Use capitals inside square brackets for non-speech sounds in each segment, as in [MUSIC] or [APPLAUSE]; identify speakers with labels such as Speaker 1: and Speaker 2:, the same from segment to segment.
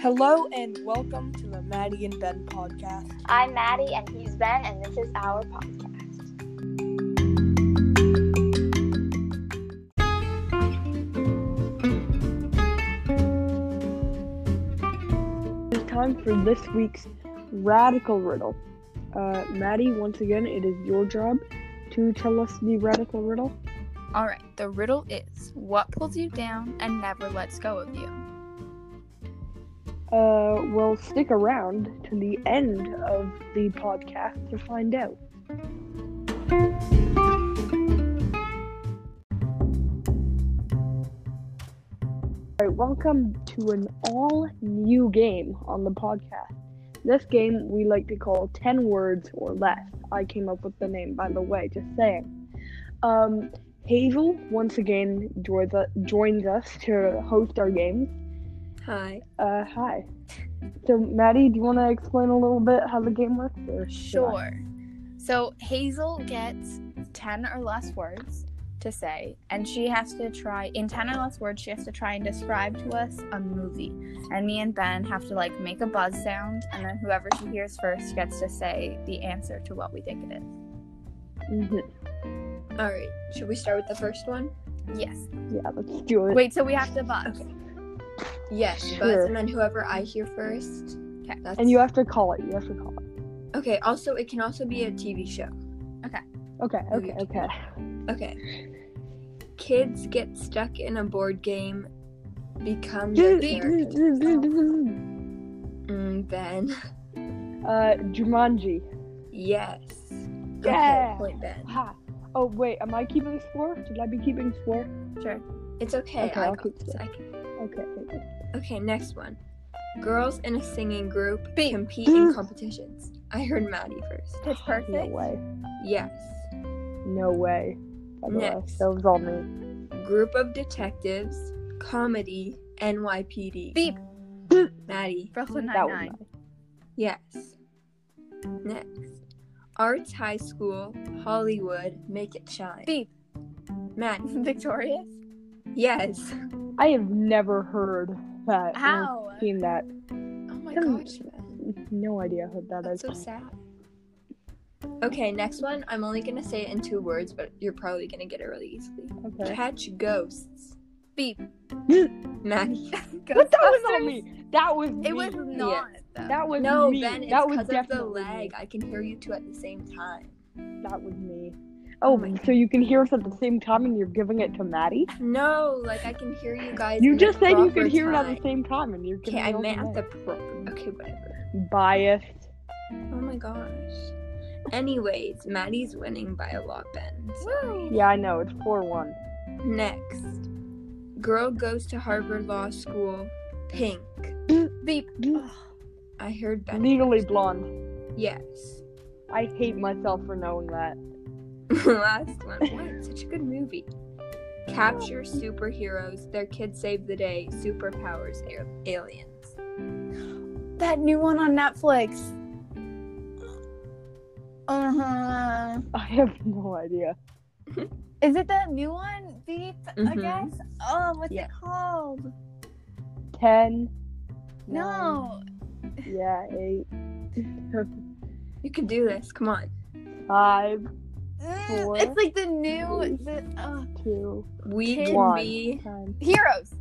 Speaker 1: Hello and welcome to the Maddie and Ben podcast.
Speaker 2: I'm Maddie, and he's Ben, and this is our podcast.
Speaker 1: It's time for this week's radical riddle. Uh, Maddie, once again, it is your job to tell us the radical riddle.
Speaker 3: All right, the riddle is what pulls you down and never lets go of you?
Speaker 1: Uh, well, stick around to the end of the podcast to find out. Alright, welcome to an all new game on the podcast. This game we like to call 10 words or less. I came up with the name, by the way, just saying. Um, Hazel, once again, joins, u- joins us to host our games.
Speaker 4: Hi.
Speaker 1: Uh, hi. So, Maddie, do you want to explain a little bit how the game works? or should I?
Speaker 3: Sure. So Hazel gets 10 or less words to say, and she has to try, in 10 or less words, she has to try and describe to us a movie. And me and Ben have to like make a buzz sound, and then whoever she hears first gets to say the answer to what we think it is.
Speaker 1: Mhm.
Speaker 4: All right. Should we start with the first one?
Speaker 3: Yes.
Speaker 1: Yeah, let's do it.
Speaker 3: Wait, so we have to buzz.
Speaker 4: Yes.
Speaker 1: Sure.
Speaker 4: But and then whoever I hear first.
Speaker 3: Okay.
Speaker 4: That's...
Speaker 1: And you have to call it. You have to call it.
Speaker 4: Okay. Also, it can also be a TV show.
Speaker 1: Okay, okay,
Speaker 3: Mm-hmm.
Speaker 1: okay.
Speaker 4: Okay. Kids get stuck in a board game, become the
Speaker 1: [LAUGHS]
Speaker 4: characters.
Speaker 1: uh,
Speaker 4: Mm, ben. [LAUGHS]
Speaker 1: Jumanji.
Speaker 4: Yes.
Speaker 1: Yeah.
Speaker 4: Okay, point Ben.
Speaker 1: Ha. Oh, wait, am I keeping score? Should I be keeping score?
Speaker 3: Sure.
Speaker 4: It's okay.
Speaker 1: Okay,
Speaker 4: I
Speaker 1: I'll
Speaker 4: got
Speaker 1: keep
Speaker 4: this.
Speaker 1: it.
Speaker 4: I can...
Speaker 1: Okay. okay.
Speaker 4: Okay. Next one. Girls in a singing group
Speaker 3: Beep.
Speaker 1: [LAUGHS]
Speaker 4: compete in competitions. I heard Maddie first.
Speaker 3: Pitch perfect.
Speaker 1: No way.
Speaker 4: Yes.
Speaker 1: No way. By the way,
Speaker 4: Next.
Speaker 1: That was all me.
Speaker 4: Group of detectives, comedy, NYPD.
Speaker 3: Beep.
Speaker 4: Maddie.
Speaker 3: Brooklyn
Speaker 1: That was
Speaker 3: Nine-Nine.
Speaker 1: mine.
Speaker 4: Yes. Next. Arts High School, Hollywood, Make It Shine.
Speaker 3: Beep. [LAUGHS]
Speaker 4: Maddie.
Speaker 3: Victorious?
Speaker 4: Yes.
Speaker 1: I have never heard that. or
Speaker 3: How?
Speaker 1: Seen that.
Speaker 4: Oh my
Speaker 1: Come-
Speaker 4: gosh, man.
Speaker 1: No idea who that
Speaker 4: That's
Speaker 1: is.
Speaker 4: so sad. Okay, next one. I'm only gonna say it in two words, but you're probably gonna get it really easily.
Speaker 1: Okay.
Speaker 4: Catch ghosts.
Speaker 3: Beep.
Speaker 4: Maddie.
Speaker 1: But that was on me. That was me.
Speaker 3: It was not, though.
Speaker 1: That was
Speaker 4: No,
Speaker 1: me.
Speaker 4: Ben, it's
Speaker 1: that was
Speaker 4: because of the
Speaker 1: definitely
Speaker 4: lag. I can hear you two at the same time.
Speaker 1: me. That was me.
Speaker 4: Oh
Speaker 1: Oh,
Speaker 4: my
Speaker 1: so you can hear us at the same time, and you're giving it to Maddie.
Speaker 4: No, like I can hear you guys.
Speaker 1: You
Speaker 4: in the
Speaker 1: just said you
Speaker 4: proper
Speaker 1: could hear it at
Speaker 4: time.
Speaker 1: the same time, and you're giving
Speaker 4: Okay, I
Speaker 1: it all to
Speaker 4: meant at the
Speaker 1: Maddie.
Speaker 4: proper. Okay, whatever.
Speaker 1: biased.
Speaker 4: Oh my gosh. Anyways, Maddie's winning by a lot, Ben.
Speaker 3: Woo.
Speaker 1: Yeah, I know. It's four one.
Speaker 4: Next, girl goes to Harvard Law School. Pink.
Speaker 3: Beep.
Speaker 4: I heard Ben.
Speaker 1: Legally blonde.
Speaker 4: Yes. [LAUGHS]
Speaker 1: I hate myself for knowing that. [LAUGHS]
Speaker 4: Last one. What? Such a good movie. Capture superheroes. Their kids save the day. Superpowers. a- aliens.
Speaker 3: That new one on Netflix. Uh huh.
Speaker 1: I have no idea.
Speaker 3: Is it that new one? Beep, I
Speaker 4: Mhm.
Speaker 3: guess. Oh, what's
Speaker 4: Yeah.
Speaker 3: it called?
Speaker 1: Ten.
Speaker 3: No.
Speaker 1: nine, Yeah, eight.
Speaker 4: You can do this. Come on.
Speaker 1: Five,
Speaker 3: Mm,
Speaker 1: Four.
Speaker 3: It's like the new the uh,
Speaker 1: two,
Speaker 4: We
Speaker 3: Kids.
Speaker 4: can
Speaker 1: One.
Speaker 4: be.
Speaker 1: ten.
Speaker 3: heroes.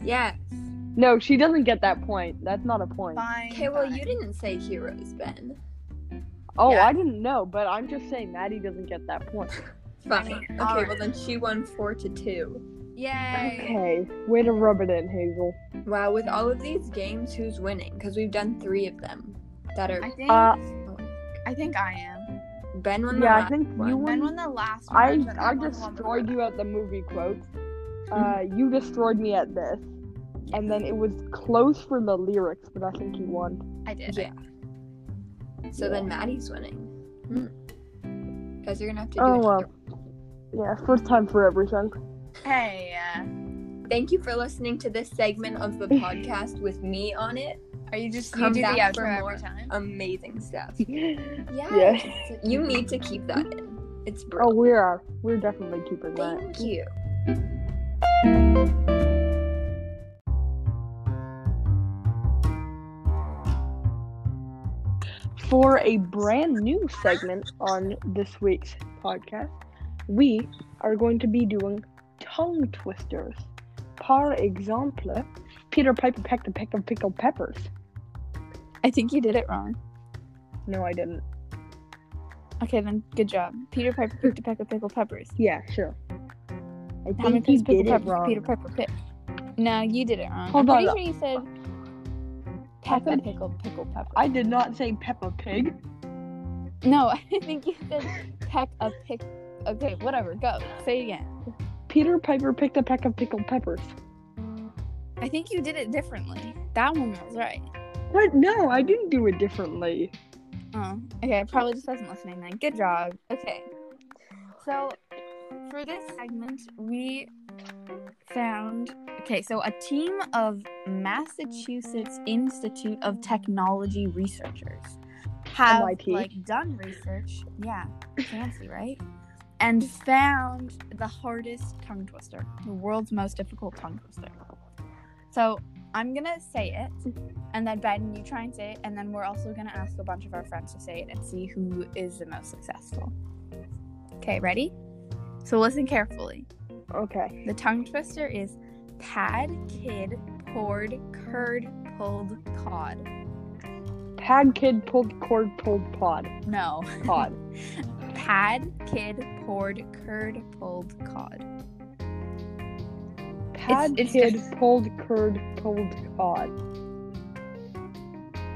Speaker 4: Yes.
Speaker 1: No, she doesn't get that point. That's not a point.
Speaker 3: Fine.
Speaker 4: Okay, well,
Speaker 3: fine.
Speaker 4: you didn't say heroes, Ben.
Speaker 1: Oh,
Speaker 3: Yeah.
Speaker 1: I didn't know, but I'm just saying Maddie doesn't get that point.
Speaker 4: Fine. Okay,
Speaker 3: Alright.
Speaker 4: well, then she won four to two.
Speaker 3: Yay.
Speaker 1: Okay, way to rub it in, Hazel.
Speaker 4: Wow, with all of these games, who's winning? Because we've done three of them that are.
Speaker 3: I think
Speaker 1: Uh,
Speaker 3: I think I am.
Speaker 4: Ben won the
Speaker 1: yeah, I
Speaker 4: last
Speaker 1: think
Speaker 4: one.
Speaker 1: you
Speaker 3: When
Speaker 1: won.
Speaker 3: won the last one?
Speaker 1: I
Speaker 3: but then
Speaker 1: I
Speaker 3: won the one before
Speaker 1: destroyed you at the movie
Speaker 4: [LAUGHS]
Speaker 1: quotes. Uh, you destroyed me at this, and then it was close for the lyrics, but I think you won.
Speaker 3: that. I did.
Speaker 4: Yeah. So
Speaker 1: Yeah.
Speaker 4: then Maddie's winning. Hmm. Guys, you're gonna have to do
Speaker 1: Oh
Speaker 4: it.
Speaker 1: well. Yeah, first time for
Speaker 4: [LAUGHS]
Speaker 1: everything. [LAUGHS]
Speaker 3: Hey. Uh,
Speaker 4: Thank you for listening to this segment
Speaker 1: [LAUGHS]
Speaker 4: of the podcast with me on it.
Speaker 3: are you just
Speaker 4: Come
Speaker 3: you do the
Speaker 4: back for
Speaker 3: outro
Speaker 4: more.
Speaker 3: every time?
Speaker 4: Amazing stuff.
Speaker 1: [LAUGHS] yeah.
Speaker 4: Yeah. You need to keep that in. It's
Speaker 1: Oh,
Speaker 4: brilliant.
Speaker 1: we are. We're definitely keeping that.
Speaker 4: Thank you.
Speaker 1: for a brand new segment on this week's podcast, we are going to be doing tongue twisters. Par exemple, Peter Piper pecked a peck of pickled peppers.
Speaker 3: I think you did it wrong.
Speaker 1: No, I didn't.
Speaker 3: Okay, then good job. Peter Piper [LAUGHS] picked a peck of pickled peppers.
Speaker 1: Yeah, sure. I
Speaker 3: How many
Speaker 1: think he
Speaker 3: pickled
Speaker 1: did it
Speaker 3: peppers
Speaker 1: wrong.
Speaker 3: Peter Piper picked? No, you did it wrong.
Speaker 1: Hold
Speaker 3: I'm
Speaker 1: on.
Speaker 3: pretty sure you said peck a
Speaker 1: thought-
Speaker 3: pickled pickled pepper.
Speaker 1: I did not say Peppa Pig.
Speaker 3: No, [LAUGHS] I think you said peck a pick. Okay, whatever. Go. Say it again.
Speaker 1: Peter Piper picked a peck of pickled peppers.
Speaker 3: I think you did it differently. That one was right.
Speaker 1: What? No, I didn't do it differently.
Speaker 3: Oh, okay. I probably just wasn't listening then. Good job. Okay. So, for this segment, we found. Okay, so a team of Massachusetts Institute of Technology researchers have
Speaker 1: MIT.
Speaker 3: like done research. Yeah, fancy, right? And found the hardest tongue twister, the world's most difficult tongue twister. So I'm gonna say it, and then Ben, you try and say it, and then we're also gonna ask a bunch of our friends to say it and see who is the most successful. Okay, ready? So listen carefully.
Speaker 1: Okay.
Speaker 3: The tongue twister is pad, kid, poured, curd, pulled, cod.
Speaker 1: Pad kid pulled cord pulled pod.
Speaker 3: No. [LAUGHS]
Speaker 1: Pod.
Speaker 3: Pad, kid, poured, curd, pulled, cod.
Speaker 1: Pad
Speaker 3: it's
Speaker 1: kid
Speaker 3: just-
Speaker 1: pulled curd pulled pod.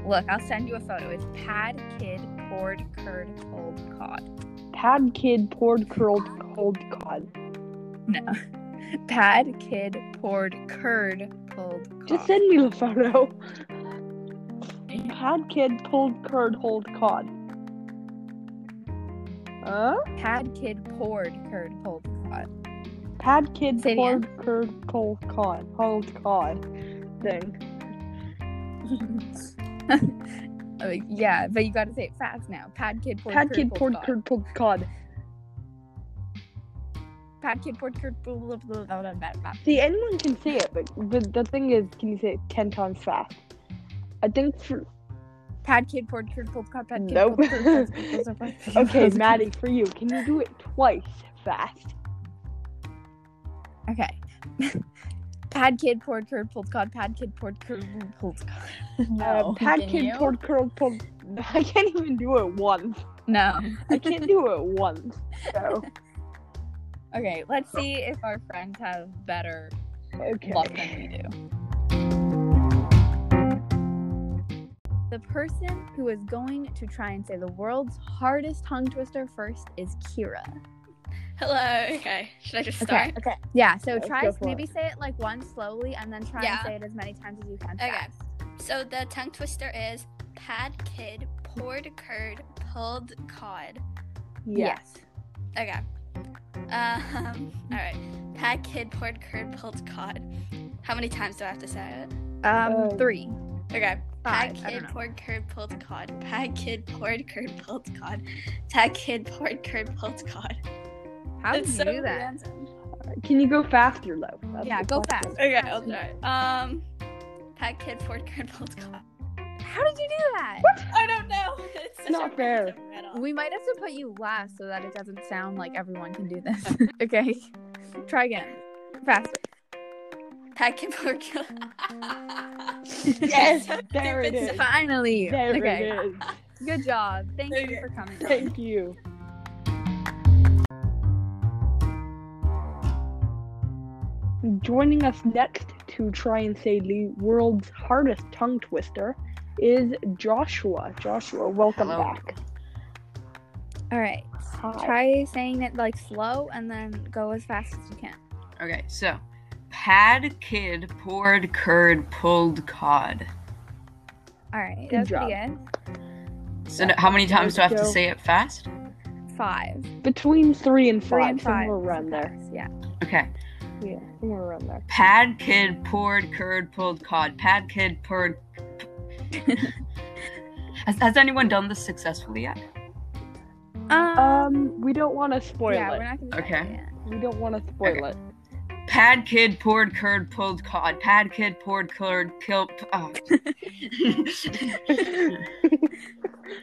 Speaker 3: Look, I'll send you a photo. It's pad, kid, poured, curd, pulled, cod.
Speaker 1: Pad kid poured curled cold cod.
Speaker 3: No. Pad, kid, poured, curd, pulled, cod.
Speaker 1: Just send me the
Speaker 3: [LAUGHS]
Speaker 1: photo.
Speaker 3: Yeah.
Speaker 1: Pad kid pulled curd hold cod. Huh?
Speaker 3: Pad, kid, poured, curd, pulled, cod.
Speaker 1: Pad kid
Speaker 3: Say it
Speaker 1: poured curd cold cod. Hold cod. Thing.
Speaker 3: Uh, yeah, but you gotta say it fast now. Pad, kid, poured,
Speaker 1: Pad
Speaker 3: curd,
Speaker 1: kid
Speaker 3: pulled,
Speaker 1: poured
Speaker 3: cod.
Speaker 1: curd pulled cod.
Speaker 3: Pad, kid, poured, curd, blah, blah, blah, blah, blah, blah.
Speaker 1: See, anyone can say it, but, but the thing is, can you say it 10 times fast? I think
Speaker 3: [LAUGHS]
Speaker 1: for.
Speaker 3: Pad, kid, poured, curd, pulled, cod. Pad, kid,
Speaker 1: Nope.
Speaker 3: poured, curd, pulled, cod, pulled, cod, pulled, cod.
Speaker 1: [LAUGHS] Okay, Maddie, for you, can you do it twice fast?
Speaker 3: Okay. [LAUGHS] Pad, kid, poured, curd, pulled, cod. Pad, kid, poured, curd, pulled, cod. No.
Speaker 1: uh, pad
Speaker 3: Can
Speaker 1: kid
Speaker 3: you?
Speaker 1: poured curd pulled. [LAUGHS] I can't even do it once.
Speaker 3: No.
Speaker 1: I can't do it once.
Speaker 3: [LAUGHS]
Speaker 1: So,
Speaker 3: Okay, let's see if our friends have better
Speaker 1: okay.
Speaker 3: luck than we do. The person who is going to try and say the world's hardest tongue twister first is Kira.
Speaker 5: Hello. Okay. Should I just
Speaker 3: Okay.
Speaker 5: start?
Speaker 3: Okay. Yeah. So
Speaker 1: Let's
Speaker 3: try
Speaker 1: go for
Speaker 3: maybe say it like once slowly, and then try
Speaker 5: Yeah.
Speaker 3: and say it as many times as you can.
Speaker 5: Okay.
Speaker 3: fast.
Speaker 5: So the tongue twister is pad kid poured curd pulled cod.
Speaker 1: Yeah.
Speaker 5: Okay. Um. [LAUGHS] All right. Pad kid poured curd pulled cod. How many times do I have to say it?
Speaker 3: Um.
Speaker 1: Oh.
Speaker 3: three.
Speaker 5: Okay.
Speaker 3: Five.
Speaker 5: Pad
Speaker 3: I don't
Speaker 5: kid
Speaker 3: know.
Speaker 5: poured curd pulled cod. Pad kid poured curd pulled cod. Pad kid poured curd pulled cod.
Speaker 3: How did
Speaker 5: It's
Speaker 3: you
Speaker 5: so
Speaker 3: do that?
Speaker 5: random.
Speaker 1: Can you go faster, though? That's
Speaker 3: Yeah,
Speaker 1: the
Speaker 3: go
Speaker 1: question.
Speaker 3: fast.
Speaker 5: Okay. I'll try. Um. Pad kid poured curd pulled cod.
Speaker 3: How did you do that?
Speaker 5: I don't know. [LAUGHS] It's such
Speaker 1: Not
Speaker 5: a
Speaker 1: fair.
Speaker 5: random riddle.
Speaker 3: We might have to put you last so that it doesn't sound like everyone can do this. [LAUGHS] okay. Try again. Faster.
Speaker 5: Pack and pork. [LAUGHS]
Speaker 3: [LAUGHS]
Speaker 1: Yes, there it is.
Speaker 3: Finally.
Speaker 1: There
Speaker 3: okay.
Speaker 1: it is.
Speaker 3: Good job. Thank
Speaker 5: Okay.
Speaker 3: you for coming.
Speaker 1: [LAUGHS] Thank you. Joining us next to try and say the world's hardest tongue twister is Joshua. Joshua, welcome
Speaker 6: Hello.
Speaker 1: back.
Speaker 3: All right.
Speaker 1: Hi.
Speaker 3: Try saying it like slow and then go as fast as you can.
Speaker 6: Okay, so pad kid poured curd pulled cod.
Speaker 3: All right.
Speaker 1: Good
Speaker 3: That's pretty good.
Speaker 6: So n- how many times do I have to say it fast?
Speaker 3: Five.
Speaker 1: Between three and
Speaker 3: Three
Speaker 1: five,
Speaker 3: and five.
Speaker 1: somewhere around there.
Speaker 3: Yeah.
Speaker 6: Okay.
Speaker 1: Yeah, somewhere around there.
Speaker 6: Pad kid poured curd pulled cod. Pad kid poured. [LAUGHS] has, has anyone done this successfully yet?
Speaker 3: Um.
Speaker 1: Um, we don't want to spoil
Speaker 3: yeah,
Speaker 1: it.
Speaker 3: we're not gonna. try
Speaker 6: Okay.
Speaker 3: it yet.
Speaker 1: We don't want to spoil it. [LAUGHS]
Speaker 6: Pad kid poured curd pulled cod. Pad kid poured curd kill. Oh.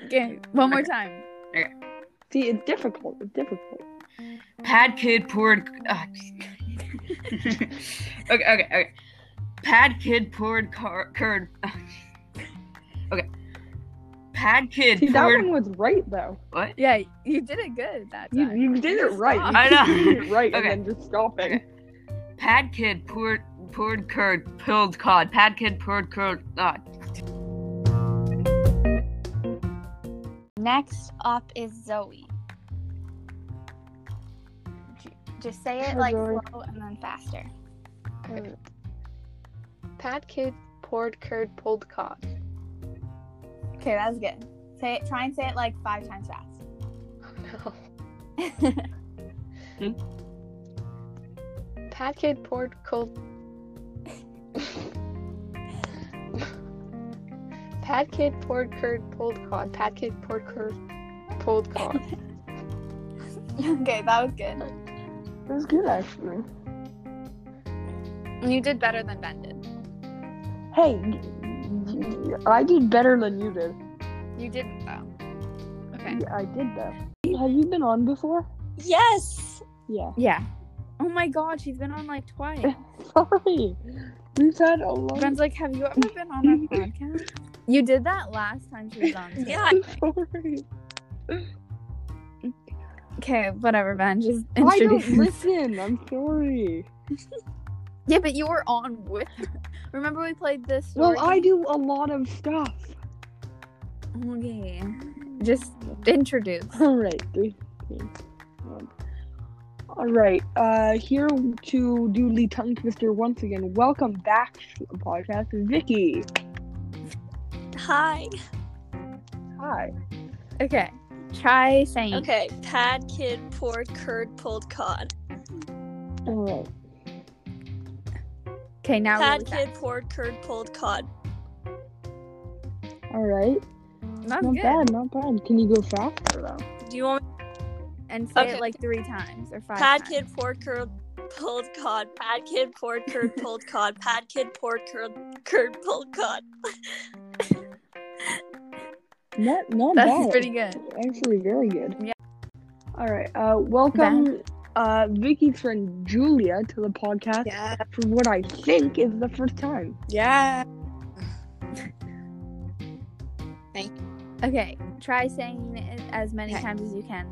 Speaker 3: Okay, one more time.
Speaker 1: See, it's difficult. It's difficult.
Speaker 6: Pad kid poured. ah. okay, okay, okay. Pad kid poured car- curd. ah, okay. Pad kid
Speaker 1: See, that
Speaker 6: poured.
Speaker 1: one was right though.
Speaker 6: What?
Speaker 3: Yeah, you did it good that
Speaker 1: You,
Speaker 3: time.
Speaker 1: you did it right. You
Speaker 6: I know.
Speaker 1: did it right,
Speaker 6: Okay.
Speaker 1: and then just stopping.
Speaker 6: Okay. Pad kid poured poured curd pulled cod. Pad kid poured curd. Ah.
Speaker 5: Next up is Zoe. J- Just say it
Speaker 1: Hi,
Speaker 5: like
Speaker 1: Zoe.
Speaker 5: slow and then faster.
Speaker 2: Pat kid poured curd pulled cod.
Speaker 5: Okay, that was good. Say it. Try and say it like five times fast.
Speaker 2: No.
Speaker 6: Hmm?
Speaker 2: Pat kid poured cold. Pat kid poured curd pulled cod. Pat kid poured curd pulled cod.
Speaker 5: okay, that was good.
Speaker 1: That was good actually.
Speaker 3: You did better than Ben did.
Speaker 1: Hey, y- y- I did better than you did.
Speaker 3: You oh, didn't though.
Speaker 1: Yeah, I did better. Have you been on before? [LAUGHS]
Speaker 5: Yes.
Speaker 1: Yeah.
Speaker 3: Yeah. Oh my god, she's been on
Speaker 1: [LAUGHS]
Speaker 3: like twice.
Speaker 1: Sorry. We've had a lot.
Speaker 3: Ben's like, have you ever been
Speaker 1: [LAUGHS]
Speaker 3: on our podcast? You did that last time she was on. too,
Speaker 5: Yeah.
Speaker 3: I
Speaker 1: I'm
Speaker 3: think.
Speaker 1: [LAUGHS] sorry.
Speaker 3: Okay, whatever, Ben. Just
Speaker 1: Oh, I
Speaker 3: introduce.
Speaker 1: don't listen. I'm sorry.
Speaker 3: Yeah, but you were on with. [LAUGHS] Remember we played this.
Speaker 1: Well, I do a lot of stuff.
Speaker 3: Okay. Just introduce.
Speaker 1: All right. three, two, one. All right. Uh, here to do the tongue twister once again. Welcome back to the podcast, Vicky.
Speaker 5: Hi.
Speaker 1: Hi.
Speaker 3: Okay. Try saying.
Speaker 5: Okay. Pad kid poured curd pulled cod.
Speaker 1: All right.
Speaker 3: Okay, now.
Speaker 5: Pad
Speaker 3: really
Speaker 5: kid poured curd pulled cod.
Speaker 1: All right.
Speaker 3: fast. That's
Speaker 1: not
Speaker 3: good.
Speaker 1: bad. Not bad. Can you go faster though?
Speaker 5: Do you want
Speaker 3: And say
Speaker 5: Okay.
Speaker 3: it like three times or five.
Speaker 5: pad
Speaker 3: times.
Speaker 5: kid poured curd pulled cod? Pad kid poured curd pulled cod. Pad kid poured curd curd pulled
Speaker 3: [LAUGHS]
Speaker 5: cod.
Speaker 1: Not not
Speaker 3: That's
Speaker 1: bad.
Speaker 3: pretty good.
Speaker 1: Actually, very good.
Speaker 3: Yeah.
Speaker 1: All right. Uh, welcome, uh, Vicky's friend Julia to the podcast
Speaker 7: Yeah.
Speaker 1: for what I think is the first time.
Speaker 7: Yeah.
Speaker 3: Okay. Try saying it as many
Speaker 7: Okay.
Speaker 3: times as you can.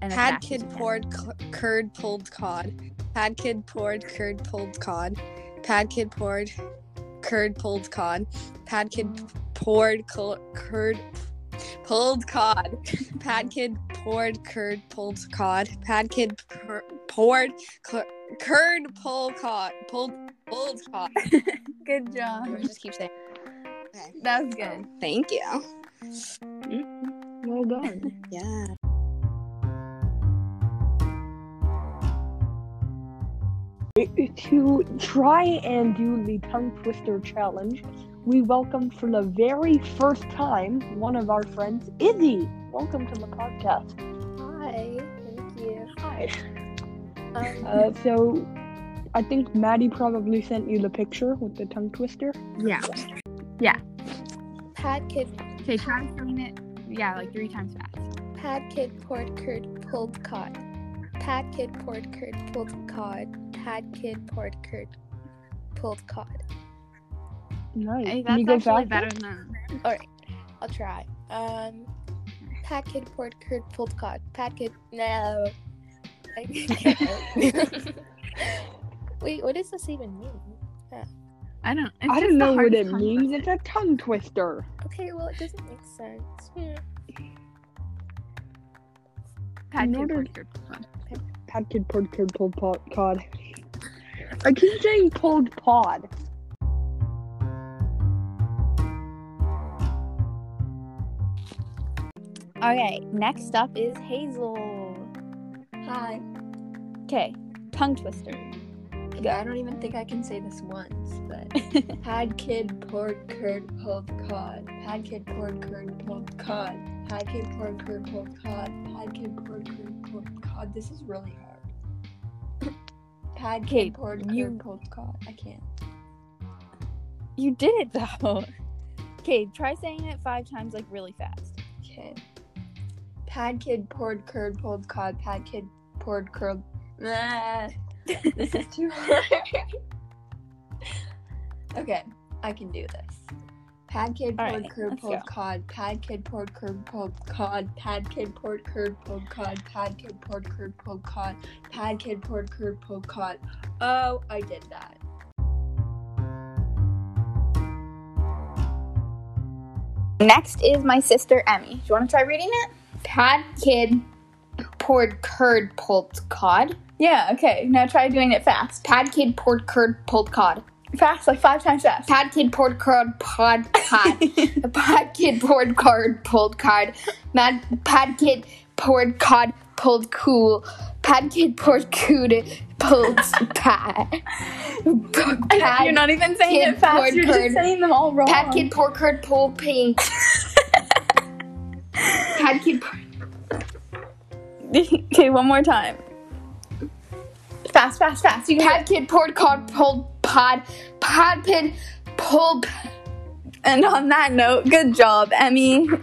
Speaker 3: And as
Speaker 7: Had
Speaker 3: fast as
Speaker 7: kid
Speaker 3: you can.
Speaker 7: poured cu- curd pulled cod. Had kid poured curd pulled cod. Pad kid poured curd pulled cod. Pad kid
Speaker 2: Mm.
Speaker 7: poured col- curd pulled cod. Pad kid poured curd pulled cod. Pad kid pur- poured cur- curd pulled cod. Pulled pulled cod.
Speaker 3: Good job.
Speaker 7: I just keep saying. Okay.
Speaker 3: That was good.
Speaker 7: Thank you.
Speaker 1: Well
Speaker 3: [LAUGHS]
Speaker 1: done.
Speaker 7: Yeah.
Speaker 1: to try and do the tongue twister challenge, we welcome for the very first time one of our friends, Izzy. Welcome to the podcast.
Speaker 2: Hi, thank you. Um,
Speaker 1: Hi. Uh, so, I think Maddie probably sent you the picture with the tongue twister.
Speaker 3: Yeah.
Speaker 2: Pat kid
Speaker 3: Okay. Try saying it. Yeah, like three times fast.
Speaker 2: Pad kid poured curd pulled cod. Pad kid poured curd pulled cod. Pad kid poured curd pulled cod.
Speaker 1: Nice.
Speaker 3: Hey,
Speaker 1: Can
Speaker 3: that's
Speaker 1: you go
Speaker 3: actually
Speaker 1: faster?
Speaker 3: better than.
Speaker 2: I'll try. Um, Pad kid poured curd pulled cod. Pad kid no. [LAUGHS] I can't. Wait, what does this even mean?
Speaker 3: I don't. It's
Speaker 1: I
Speaker 3: just
Speaker 1: don't
Speaker 3: the
Speaker 1: know what
Speaker 3: hardest
Speaker 1: it
Speaker 3: tongue
Speaker 1: means.
Speaker 3: twister.
Speaker 1: It's a tongue twister.
Speaker 2: Okay, well it doesn't make sense. Hmm.
Speaker 3: Pad
Speaker 1: In
Speaker 3: kid
Speaker 1: order-
Speaker 3: poured curd pulled cod.
Speaker 1: Pat kid pulled kid pulled pod cod. I keep saying pulled pod.
Speaker 3: All right, next up is Hazel.
Speaker 4: Hi.
Speaker 3: Okay, tongue twister. [LAUGHS]
Speaker 4: I don't even think I can say this once,
Speaker 3: [LAUGHS]
Speaker 4: but had kid poured curd pulled cod. Had kid poured curd pulled cod. Had kid poured curd pulled cod. Had kid poured curd pulled cod. This is really hard. [COUGHS] Pad
Speaker 3: Okay,
Speaker 4: kid poured
Speaker 3: you-
Speaker 4: curd pulled cod. I can't.
Speaker 3: You did it though. Okay, try saying it five times, like really fast.
Speaker 4: Okay. Pad kid poured curd pulled cod. Pad kid poured curd. Ah, this is too hard. [LAUGHS] okay, I can do this. Pad kid
Speaker 3: All
Speaker 4: poured
Speaker 3: right,
Speaker 4: curd
Speaker 3: let's
Speaker 4: pulled
Speaker 3: go.
Speaker 4: cod. Pad kid poured curd pulled cod. Pad kid poured curd pulled cod. Pad kid poured curd pulled cod. Pad kid poured curd pulled cod. Oh, I did that.
Speaker 3: Next is my sister Emmy. Do you want to try reading it?
Speaker 2: Pad kid poured curd pulled cod.
Speaker 3: Yeah. Okay. Now try doing it fast.
Speaker 2: Pad kid poured curd pulled cod.
Speaker 3: Fast, like five times fast.
Speaker 2: Pad kid poured curd pod
Speaker 3: [LAUGHS]
Speaker 2: cod. Pad kid poured card pulled card. Mad pad kid poured cod pulled cool. Pad kid poured cood pulled pat.
Speaker 3: [LAUGHS] [LAUGHS]
Speaker 2: Pad,
Speaker 3: You're not even saying
Speaker 2: kid
Speaker 3: it fast.
Speaker 2: poured
Speaker 3: You're
Speaker 2: curd.
Speaker 3: just saying them all wrong.
Speaker 2: pad kid poured curd pulled pink. pad kid poured
Speaker 3: [LAUGHS] okay, one more time. Fast, fast, fast. You can
Speaker 2: pad kid poured cod pulled pod. Pad kid pulled.
Speaker 3: And on that note, good job, Emmy. [LAUGHS]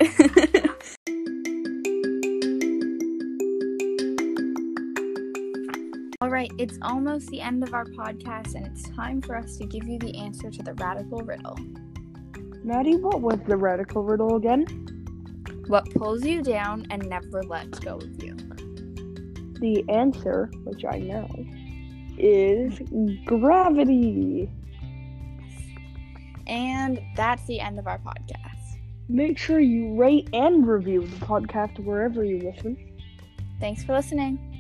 Speaker 3: All right, it's almost the end of our podcast, and it's time for us to give you the answer to the radical riddle.
Speaker 1: Maddie, what was the radical riddle again?
Speaker 3: What pulls you down and never lets go of you?
Speaker 1: The answer, which I know, is gravity.
Speaker 3: And that's the end of our podcast.
Speaker 1: Make sure you rate and review the podcast wherever you listen.
Speaker 3: Thanks for listening.